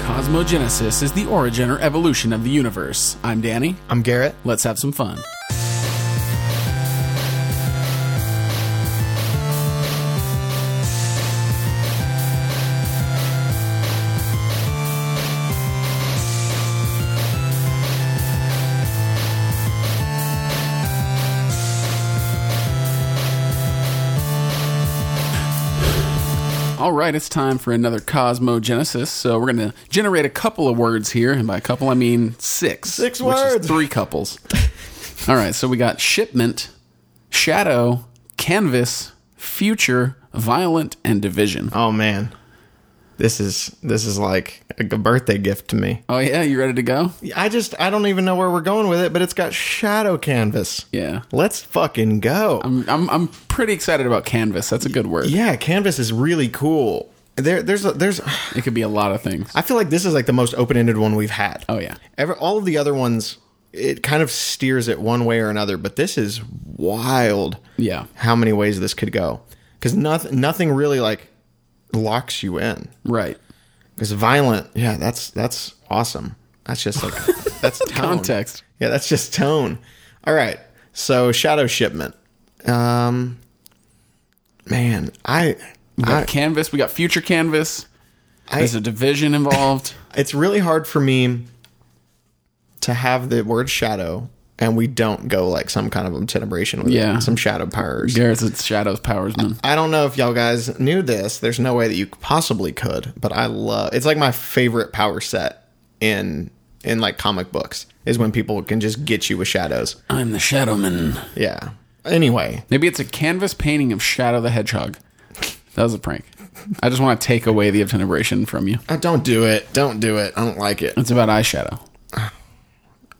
Cosmogenesis is the origin or evolution of the universe. I'm Danny. I'm Garrett. Let's have some fun. All right, it's time for another Cosmogenesis. So we're going to generate a couple of words here, and by a couple I mean six. Six which is words. three couples. All right, so we got shipment, shadow, canvas, future, violent, and division. Oh man, this is this is like a g- birthday gift to me. Oh yeah, you ready to go? I just I don't even know where we're going with it, but it's got shadow canvas. Yeah. Let's fucking go. I'm I'm, I'm pretty excited about canvas. That's a good word. yeah, canvas is really cool. There, there's, a, there's. It could be a lot of things. I feel like this is like the most open-ended one we've had. Oh yeah. Ever, all of the other ones, it kind of steers it one way or another. But this is wild. Yeah. How many ways this could go? Because nothing, nothing really like locks you in. Right. Because violent, yeah, that's that's awesome. That's just like that's tone. Context. Yeah, that's just tone. All right. So shadow shipment. Um, man, I, We got I, canvas. We got future canvas. There's a division involved. it's really hard for me to have the word shadow and we don't go like some kind of obtenebration with Yeah. it, some shadow powers. Garrett's a shadows powers man. I don't know if y'all guys knew this. There's no way that you possibly could, but I love. It's like my favorite power set in in like comic books is when people can just get you with shadows. I'm the shadow man. Yeah. Anyway, Maybe it's a canvas painting of Shadow the Hedgehog. That was a prank. I just want to take away the obtenebration from you. uh, don't do it. Don't do it. I don't like it. It's about eyeshadow.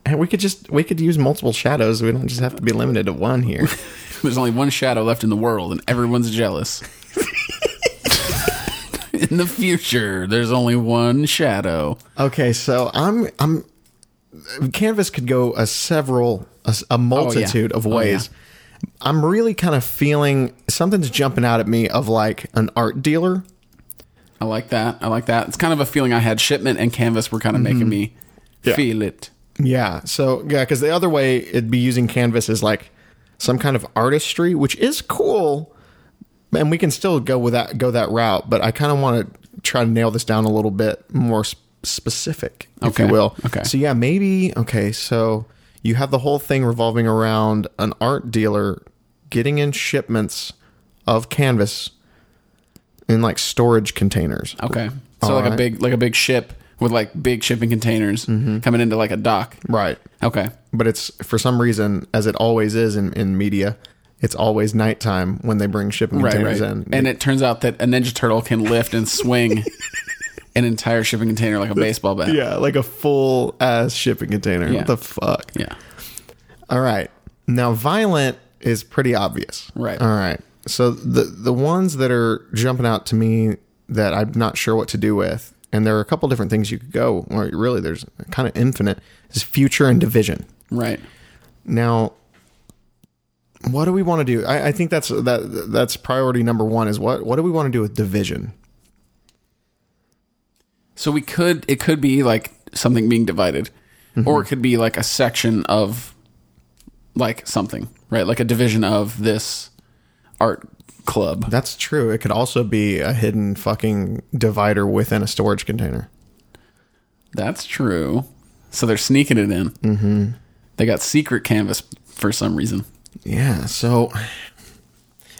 And we could just we could use multiple shadows. We don't just have to be limited to one here. There's only one shadow left in the world, and everyone's jealous. in the future, there's only one shadow. okay, so I'm I'm canvas could go a several a, s- a multitude of Oh, yeah. ways. I'm really kind of feeling something's jumping out at me of like an art dealer. I like that. I like that. It's kind of a feeling I had. Shipment and canvas were kind of making me Mm-hmm. Yeah. feel it. Yeah. So yeah, because the other way it'd be using canvas is like some kind of artistry, which is cool, and we can still go with that go that route. But I kind of want to try to nail this down a little bit more sp- specific, if Okay. you will. Okay. So yeah, maybe okay. So you have the whole thing revolving around an art dealer getting in shipments of canvas in like storage containers. Okay, so like a Alright. big like a big ship with like big shipping containers Mm-hmm. coming into like a dock. Right. Okay, but it's for some reason, as it always is in, in media, it's always nighttime when they bring shipping right, right. containers in. And it turns out that a Ninja Turtle can lift and swing an entire shipping container like a baseball bat. yeah, like a full ass shipping container. Yeah. What the fuck? Yeah. All right. Now, violent is pretty obvious. Right. All right. So the the ones that are jumping out to me that I'm not sure what to do with, and there are a couple different things you could go, or really there's kind of infinite, is future and division. Right. Now, what do we want to do? I, I think that's that that's priority number one. Is what what do we want to do with division? So we could it could be like something being divided, Mm-hmm. or it could be like a section of like something, right? Like a division of this art club. That's true. It could also be a hidden fucking divider within a storage container. That's true. So they're sneaking it in. Mm-hmm. They got secret canvas for some reason. Yeah. So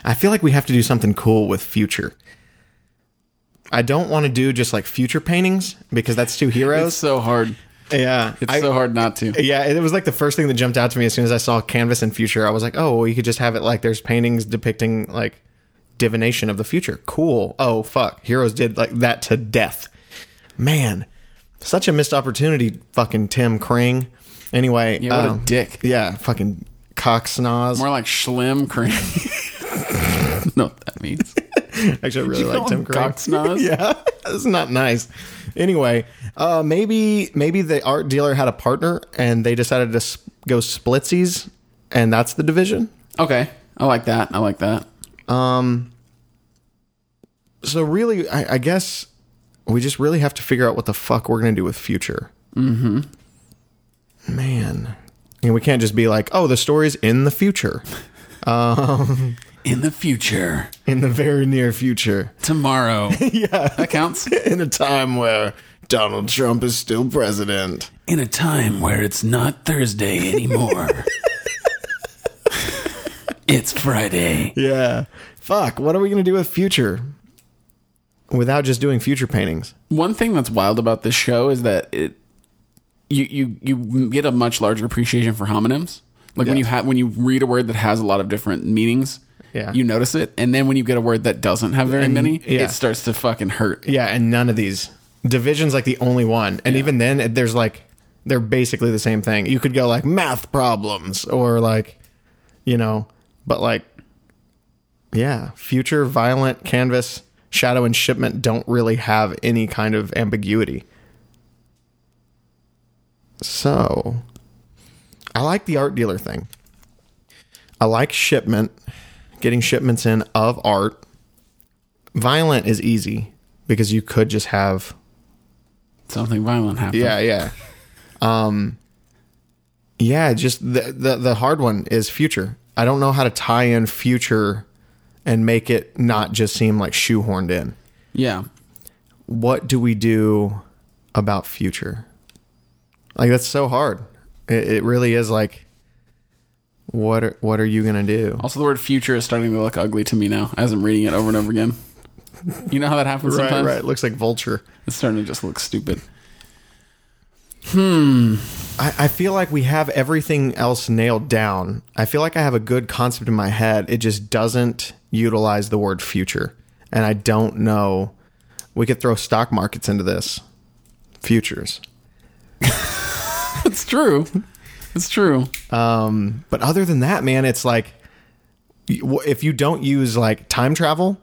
I feel like we have to do something cool with future. I don't want to do just like future paintings because that's two It's heroes. so hard. yeah. It's I- so hard not to. Yeah, it was like the first thing that jumped out to me as soon as I saw Canvas and Future. I was like, oh, well, you could just have it like there's paintings depicting like divination of the future. Cool. Oh, fuck. Heroes did like that to death. Man, such a missed opportunity, fucking Tim Kring. Anyway, Yeah, what um, a dick. yeah, fucking cock snoz. More like schlim cream. know what that means. Actually, I really call like Tim him Kring. cock snoz? yeah, it's not nice. Anyway, uh, maybe maybe the art dealer had a partner and they decided to s go splitsies, and that's the division. Okay. I like that. I like that. So really, I, I guess we just really have to figure out what the fuck we're going to do with future. Mm-hmm. Man. And we can't just be like, oh, the story's in the future, In the future, in the very near future, tomorrow. yeah, that counts. in a time where Donald Trump is still president. In a time where it's not Thursday anymore. it's Friday. Yeah. Fuck, what are we going to do with future without just doing future paintings? One thing that's wild about this show is that it you you you get a much larger appreciation for homonyms. Like when you ha- when you read a word that has a lot of different meanings, Yeah. you notice it, and then when you get a word that doesn't have very many, yeah. it starts to fucking hurt. Yeah, and none of these divisions like the only one, and even then, it- there's like they're basically the same thing. You could go like math problems or like, you know, but like, yeah, future violent canvas shadow and shipment don't really have any kind of ambiguity. So, I like the art dealer thing. I like shipment, getting shipments in of art violent is easy because you could just have Something violent happens. yeah yeah um yeah just the, the the hard one is future i don't know how to tie in future and make it not just seem like shoehorned in yeah. what do we do about future like that's so hard it, it really is like what are, what are you gonna do Also, the word future is starting to look ugly to me now as I'm reading it over and over again. You know how that happens sometimes? it looks like vulture It's starting to just look stupid. I, I feel like we have everything else nailed down. I feel like I have a good concept in my head. It just doesn't utilize the word future. And I don't know. We could throw stock markets into this. Futures. It's true. It's true. Um, but other than that, man, it's like y- w- if you don't use like time travel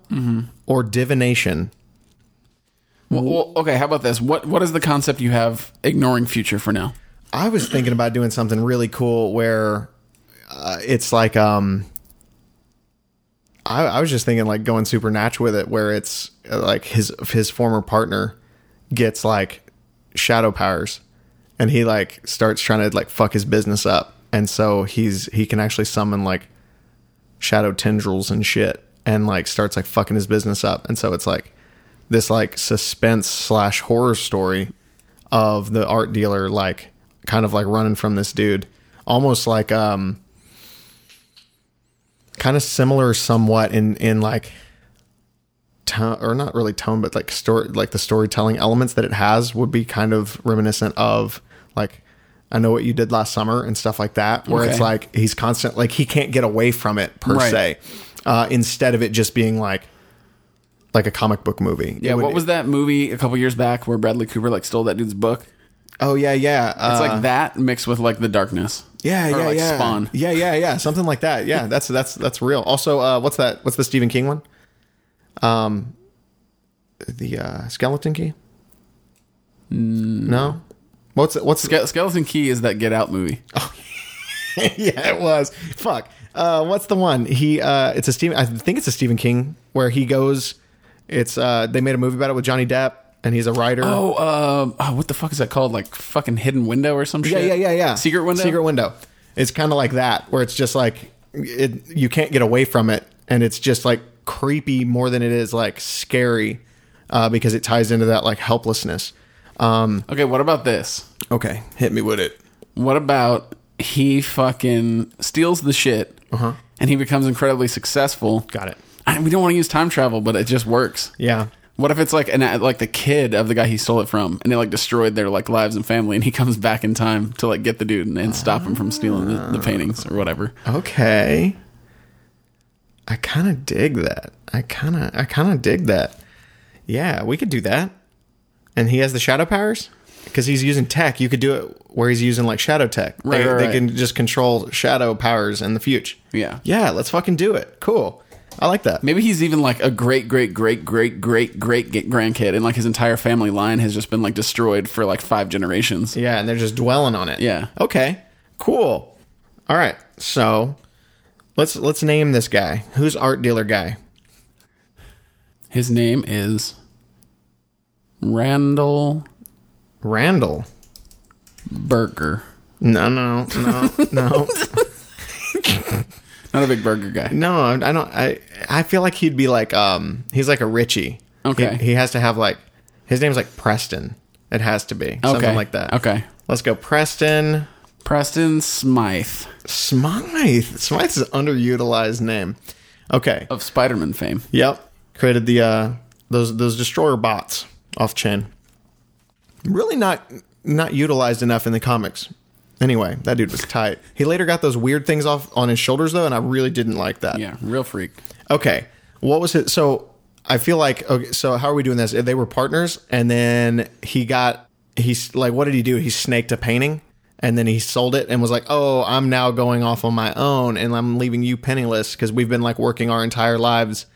or divination, Well, well, okay. How about this? What What is the concept you have ignoring future for now? I was thinking about doing something really cool where uh, it's like um I, I was just thinking like going supernatural with it where it's uh, like his his former partner gets like shadow powers and he like starts trying to like fuck his business up and so he's he can actually summon like shadow tendrils and shit and like starts like fucking his business up and so it's like this like suspense slash horror story of the art dealer like kind of like running from this dude almost like um kind of similar somewhat in in like tone or not really tone but like story like the storytelling elements that it has would be kind of reminiscent of like I know what you did last summer and stuff like that where it's Okay. like he's constant like he can't get away from it per Right. se uh instead of it just being like like a comic book movie It Yeah. would- What was that movie a couple years back where Bradley Cooper like stole that dude's book? oh yeah yeah uh, It's like that mixed with like the darkness. Yeah, Or yeah, like yeah. Spawn. Yeah, yeah, yeah. Something like that. Yeah, that's that's that's real. Also, uh, what's that? What's the Stephen King one? Um, the uh, Skeleton Key. Mm. No. What's what's Ske- Skeleton Key is that Get Out movie. yeah, it was. Fuck. Uh, what's the one? He uh, it's a Stephen. I think it's a Stephen King where he goes. It's uh, they made a movie about it with Johnny Depp, and he's a writer. Oh, uh, oh, what the fuck is that called? Like fucking Hidden Window or some Yeah, shit? yeah, yeah, yeah. Secret Window? Secret window. It's kind of like that, where it's just like it, you can't get away from it, and it's just like creepy more than it is like scary, uh, because it ties into that like helplessness. Okay. What about this? Okay, hit me with it. What about he fucking steals the shit and he becomes incredibly successful? Got it. I, we don't want to use time travel, but it just works. Yeah. What if it's like an like the kid of the guy he stole it from, and it like destroyed their like lives and family, and he comes back in time to like get the dude and, and stop him from stealing the, the paintings or whatever. Okay. I kind of dig that. I kind of, I kind of dig that. Yeah, we could do that. And he has the shadow powers because he's using tech. You could do it where he's using like shadow tech. Right, they, right, they right. can just control shadow powers in the future. Yeah. Yeah, let's fucking do it. Cool. I like that. Maybe he's even like a great, great, great, great, great, great g- grandkid, and like his entire family line has just been like destroyed for like five generations. Yeah, and they're just dwelling on it. Yeah. Okay. Cool. All right. So let's let's name this guy. Who's art dealer guy? His name is Randall Randall. Burger. No, no, no, no, Not a big burger guy. no. I I don't. I I feel like he'd be like um. He's like a Richie. Okay. He, he has to have like his name's like Preston. It has to be Okay. something like that. Okay. Let's go, Preston Preston Smythe Smythe. Smythe's an underutilized name. Okay. of Spider Man fame. Yep. Created the uh those those destroyer bots off chain. Really not not utilized enough in the comics. Anyway, that dude was tight. He later got those weird things off on his shoulders though, and I really didn't like that. Yeah, real freak. Okay. What was it? So I feel like okay. So how are we doing this? They were partners, and then he got he's like, what did he do? He snaked a painting, and then he sold it, and was like, oh, I'm now going off on my own, and I'm leaving you penniless because we've been like working our entire lives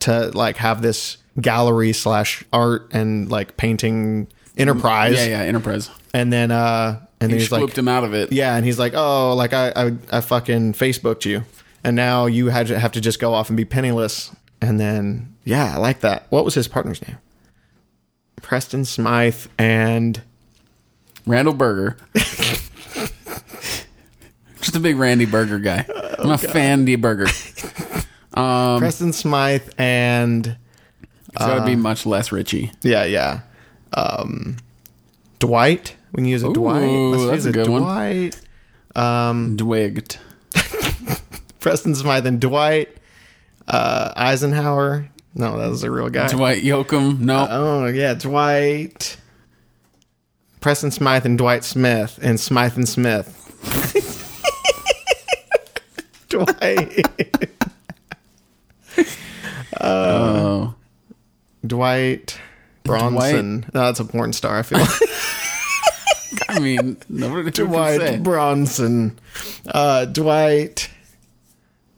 to like have this gallery slash art and like painting enterprise, Mm, Yeah, yeah, Enterprise. and then uh, and then he's Swooped like, him out of it. yeah, and he's like, oh, like I, I, I fucking Facebooked you, and now you had to have to just go off and be penniless. And then, yeah, I like that. What was his partner's name? Preston Smythe and Randall Burger. Just a big Randy Burger guy. I'm a Fandy Burger. So Um, Preston Smythe and that would be much less Richie. yeah, yeah, um, Dwight. We can use a Dwight. that's use a good one. Dwight. Dwigged. Preston Smythe and Dwight. Uh, Eisenhower. No, that was a real guy. Dwight Yoakam. No. Oh yeah, Dwight. Preston Smythe and Dwight Smith and Smythe and Smith. Dwight. oh. Uh, Dwight Bronson. No, that's a porn star, I feel like. I mean, nobody can say. Dwight Bronson. Uh, Dwight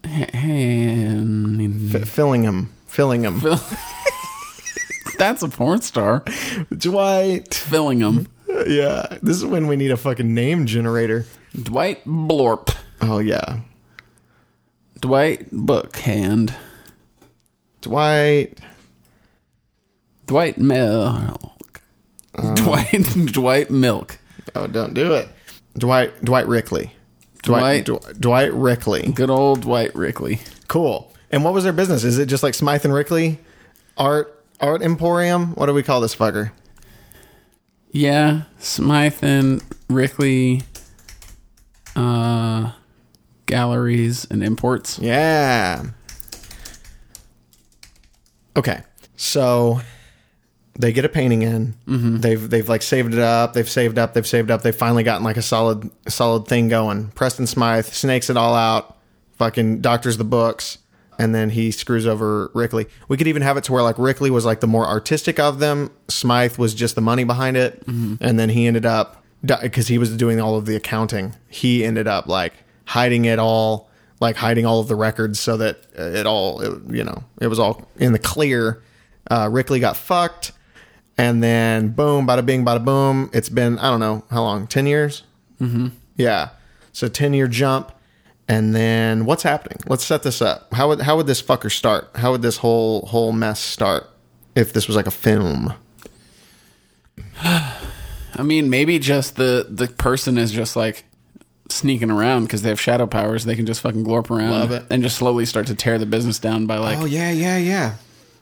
And- F- Fillingham. Fillingham. That's a porn star. Dwight. Fillingham. Yeah. This is when we need a fucking name generator. Dwight Blorp. Oh yeah. Dwight Bookhand. Dwight. Dwight Milk. Uh. Dwight Dwight Milk. Oh, don't do it. Dwight Dwight Rickley. Dwight- Dw- Dwight Rickley. Good old Dwight Rickley. Cool. And what was their business? Is it just like Smythe and Rickley? Art Art Emporium? What do we call this fucker? Yeah, Smythe and Rickley uh galleries and imports. Yeah. Okay. So they get a painting in. They've they've like saved it up. They've saved up. They've saved up. They've finally gotten like a solid solid thing going. Preston Smythe snakes it all out. Fucking doctors the books, and then he screws over Rickley. We could even have it to where like Rickley was like the more artistic of them. Smythe was just the money behind it, and then he ended up because he was doing all of the accounting. He ended up like hiding it all, like hiding all of the records so that uh, it all, it, you know, it was all in the clear. Uh, Rickley got fucked. And then boom, bada bing, bada boom. It's been, I don't know, how long? 10 years? Mm-hmm. Yeah. So 10 year jump. And then what's happening? Let's set this up. How would, how would this fucker start? How would this whole whole mess start if this was like a film? I mean, maybe just the the person is just like sneaking around because they have shadow powers. They can just fucking glorp around Love it. and just slowly start to tear the business down by like Oh yeah, yeah, yeah,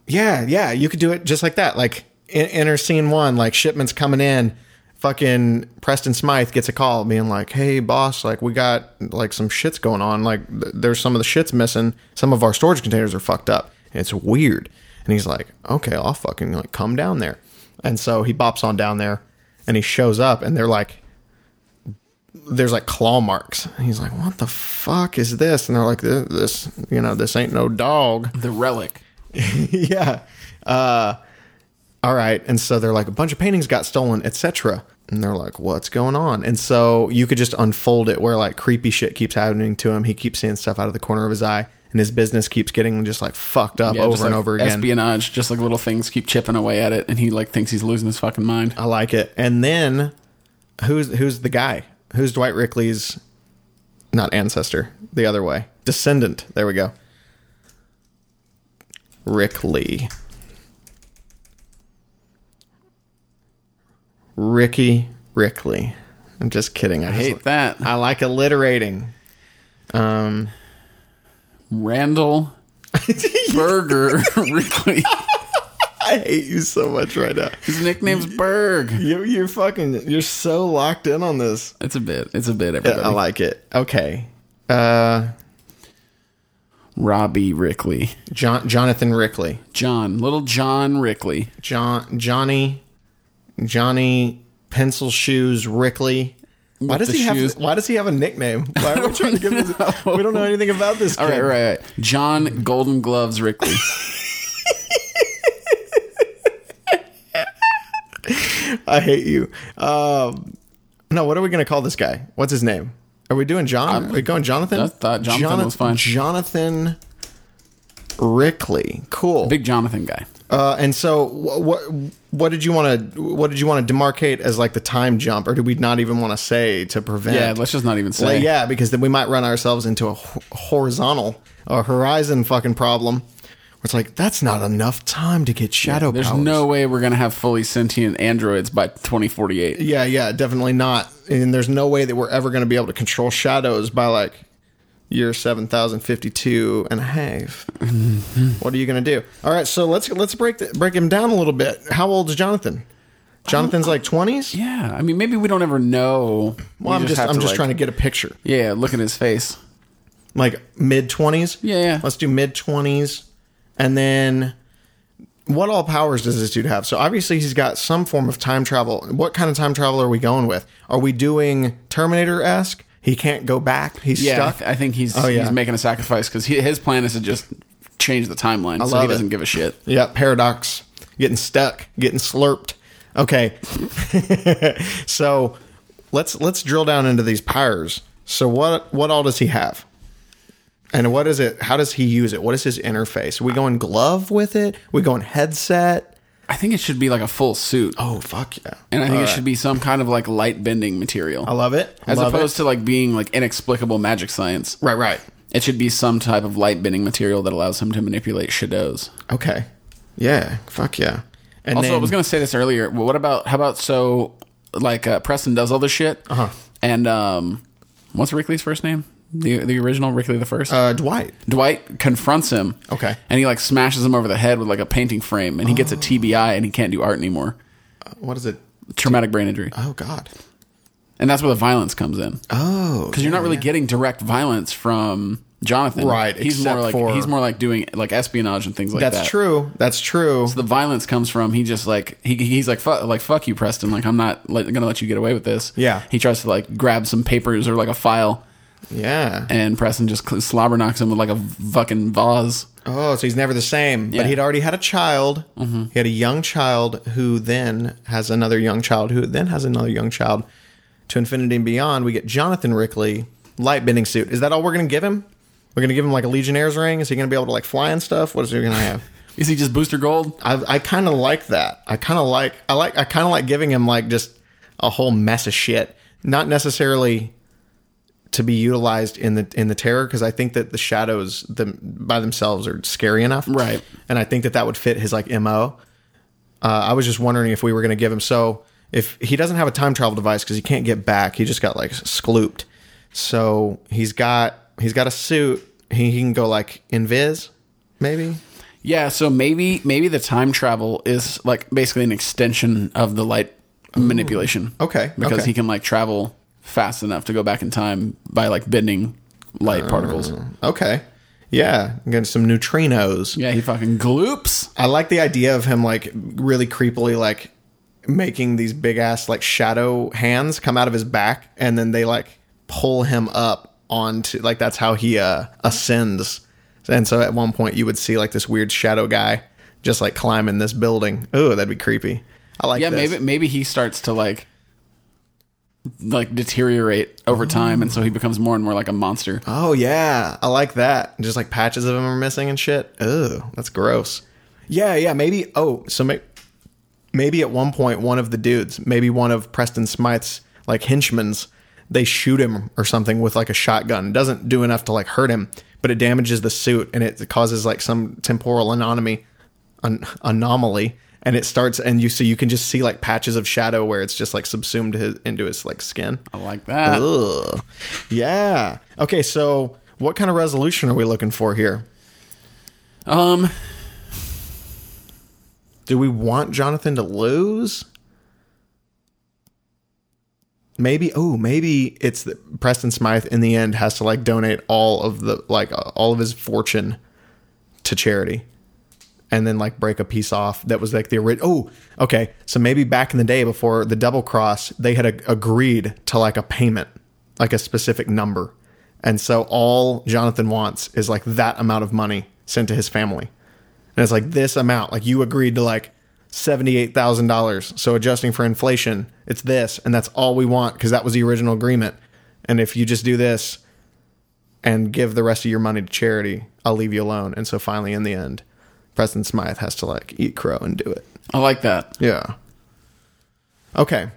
yeah, yeah. You could do it just like that. Like in, enter scene one, like shipments coming in. Fucking Preston Smythe gets a call being like, "Hey boss, like we got like some shits going on. Like th- there's some of the shits missing. Some of our storage containers are fucked up. It's weird." And he's like, "Okay, I'll fucking like come down there." And so he bops on down there, and he shows up, and they're like, there's like claw marks. And he's like, "What the fuck is this?" And they're like, "This, this you know, this ain't no dog." the relic. yeah. Uh, all right. And so they're like, a bunch of paintings got stolen, etc. And they're like, what's going on? And so you could just unfold it where like creepy shit keeps happening to him. He keeps seeing stuff out of the corner of his eye, and his business keeps getting just like fucked up Yeah, over just, and like, over again. Espionage, just like little things keep chipping away at it, and he like thinks he's losing his fucking mind. I like it. And then who's who's the guy? Who's Dwight Rickley's not ancestor, the other way. Descendant. There we go. Rickley. Ricky Rickley. I'm just kidding. I, I just, hate that. I like alliterating. Um, Randall Berger Wrigley. I hate you so much right now. His nickname's Berg. You, you're fucking. You're so locked in on this. It's a bit. It's a bit. Everybody. I like it. Okay. Uh, Robbie Rickley. John Jonathan Rickley. John. Little John Rickley. John Johnny Johnny Pencil Shoes Rickley. Why does the he shoes. have? Why does he have a nickname? Why are we trying to give this? We don't know anything about this. Kid. All right, right, right. John Golden Gloves Rickley. I hate you. Um, no, what are we gonna call this guy? What's his name? Are we doing John? are we going Jonathan? I thought Jonathan was fine. Jonathan Rickley. Cool. Big Jonathan guy. Uh, and so, what, what what did you want to what did you want to demarcate as like the time jump, or did we not even want to say to prevent? Yeah, let's just not even say. Like, yeah, because then we might run ourselves into a h- horizontal, a horizon fucking problem. Where it's like that's not enough time to get shadow There's powers. no way we're gonna have fully sentient androids by 2048. yeah, yeah, definitely not. And there's no way that we're ever going to be able to control shadows by like year 7052 and a half. Mm-hmm. what are you going to do? All right, so let's let's break the, break him down a little bit. How old is Jonathan? Jonathan's like 20s? Yeah, I mean, maybe we don't ever know. Well, I'm just, I'm just trying to get a picture. Yeah, look at his face. like mid 20s. Yeah, yeah. Let's do mid 20s. And then what all powers does this dude have? So obviously he's got some form of time travel. What kind of time travel are we going with? Are we doing Terminator esque? He can't go back. He's Yeah, I, stuck. Oh, th- I think he's yeah. he's making a sacrifice because his plan is to just change the timeline, so love he it. doesn't give a shit. Yeah, paradox. Getting stuck, getting slurped. Okay. so let's let's drill down into these powers. So what what all does he have? And what is it? How does he use it? What is his interface? Are we going glove with it? we going headset? I think it should be like a full suit, Oh fuck yeah. and I think it should be some kind of like light bending material, I love it. I as love opposed to like being like inexplicable magic science. it. Right, right. It should be some type of light bending material that allows him to manipulate shadows. Okay. Yeah. Fuck yeah. And Also, I then- was going to say this earlier. Well, what about how about so like uh, Preston does all this shit, uh-huh. and um, what's Rickley's first name? The the original Rickley the first. uh Dwight. Dwight confronts him. Okay. Oh. And he like smashes him over the head with like a painting frame, and he gets a TBI, and he can't do art anymore. What is it? Traumatic brain injury, Oh god. and that's where the violence comes in because Oh. you're not really getting direct violence from Jonathan. Right, He's except more like for- he's more like doing like espionage and things like That's that. true. That's true. the violence comes from he just like he, he's like fuck like fuck you Preston like I'm not like, gonna let you get away with this Yeah. he tries to like grab some papers or like a file Yeah. and Preston just cl- slobber knocks him with like a fucking vase Oh, so he's never the same. But Yeah. Mm-hmm. he'd already had a child. He had a young child who then has another young child who then has another young child. To infinity and beyond, we get Jonathan Rickley, light bending suit. Is that all we're going to give him? We're going to give him like a Legionnaire's ring? Is he going to be able to like fly and stuff? What is he going to have? is he just Booster Gold I, I kind of like that. I kind of like I like I kind of like giving him like just a whole mess of shit, not necessarily to be utilized in the in the terror because I think that the shadows them by themselves are scary enough, Right. And I think that that would fit his like mo. Uh, I was just wondering if we were going to give him so if he doesn't have a time travel device because he can't get back, he just got like sklooped. So he's got he's got a suit. He, he can go like invis, maybe. yeah so maybe maybe the time travel is like basically an extension of the light manipulation Okay, because okay. he can like travel fast enough to go back in time by like bending light particles Okay. Yeah, getting some neutrinos. yeah he fucking gloops I like the idea of him like really creepily like making these big ass like shadow hands come out of his back and then they like pull him up onto like that's how he uh ascends. And so at one point you would see like this weird shadow guy just like climbing this building. Oh, that'd be creepy. I like yeah this. maybe maybe he starts to like like deteriorate over time and so he becomes more and more like a monster Oh yeah, I like that. Just like patches of him are missing and shit. Ugh, that's gross. Yeah, yeah, maybe. Oh, so maybe, maybe at one point one of the dudes, maybe one of Preston Smythe's like henchmen's, they shoot him or something with like a shotgun. It doesn't do enough to like hurt him, but it damages the suit and it causes like some temporal anomaly, an- anomaly, and it starts and you so you can just see like patches of shadow where it's just like subsumed his, into his like skin. I like that. Ugh. Yeah. Okay, so what kind of resolution are we looking for here? Um, Do we want Jonathan to lose? Maybe oh maybe it's that Preston Smythe in the end has to like donate all of the like uh, all of his fortune to charity, and then like break a piece off that was like the original. Oh okay so maybe back in the day before the double cross they had a- agreed to like a payment like a specific number, and so all Jonathan wants is like that amount of money sent to his family. And it's like this amount, like you agreed to like $78,000. So adjusting for inflation, it's this. And that's all we want because that was the original agreement. And if you just do this and give the rest of your money to charity, I'll leave you alone. And so finally, in the end, Preston Smythe has to like eat crow and do it. I like that. Yeah. Okay.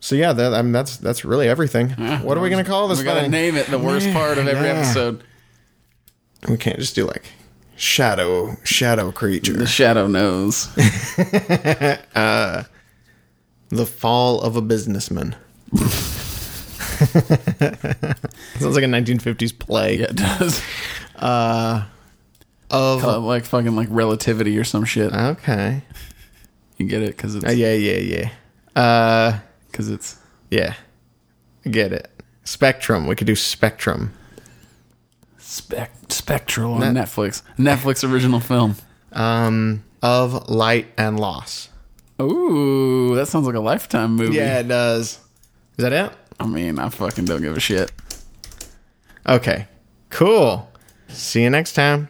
So yeah, that, I mean that's that's really everything. what are we gonna call this We gotta thing? name it the worst part of every yeah. episode. we can't just do like shadow shadow creature. The shadow knows. The Fall of a Businessman. Sounds like a 1950s play. Yeah, it does. Of Uh, like fucking like relativity or some shit. okay. You get it because Uh, it's yeah, yeah, yeah. Uh, because it's yeah. I Get it. Spectrum. We could do Spectrum. spec- spectral on Netflix. Netflix original film. Um, of Light and Loss. Ooh, that sounds like a lifetime movie. Yeah, it does. Is that it? I mean, I fucking don't give a shit. Okay. Cool. See you next time.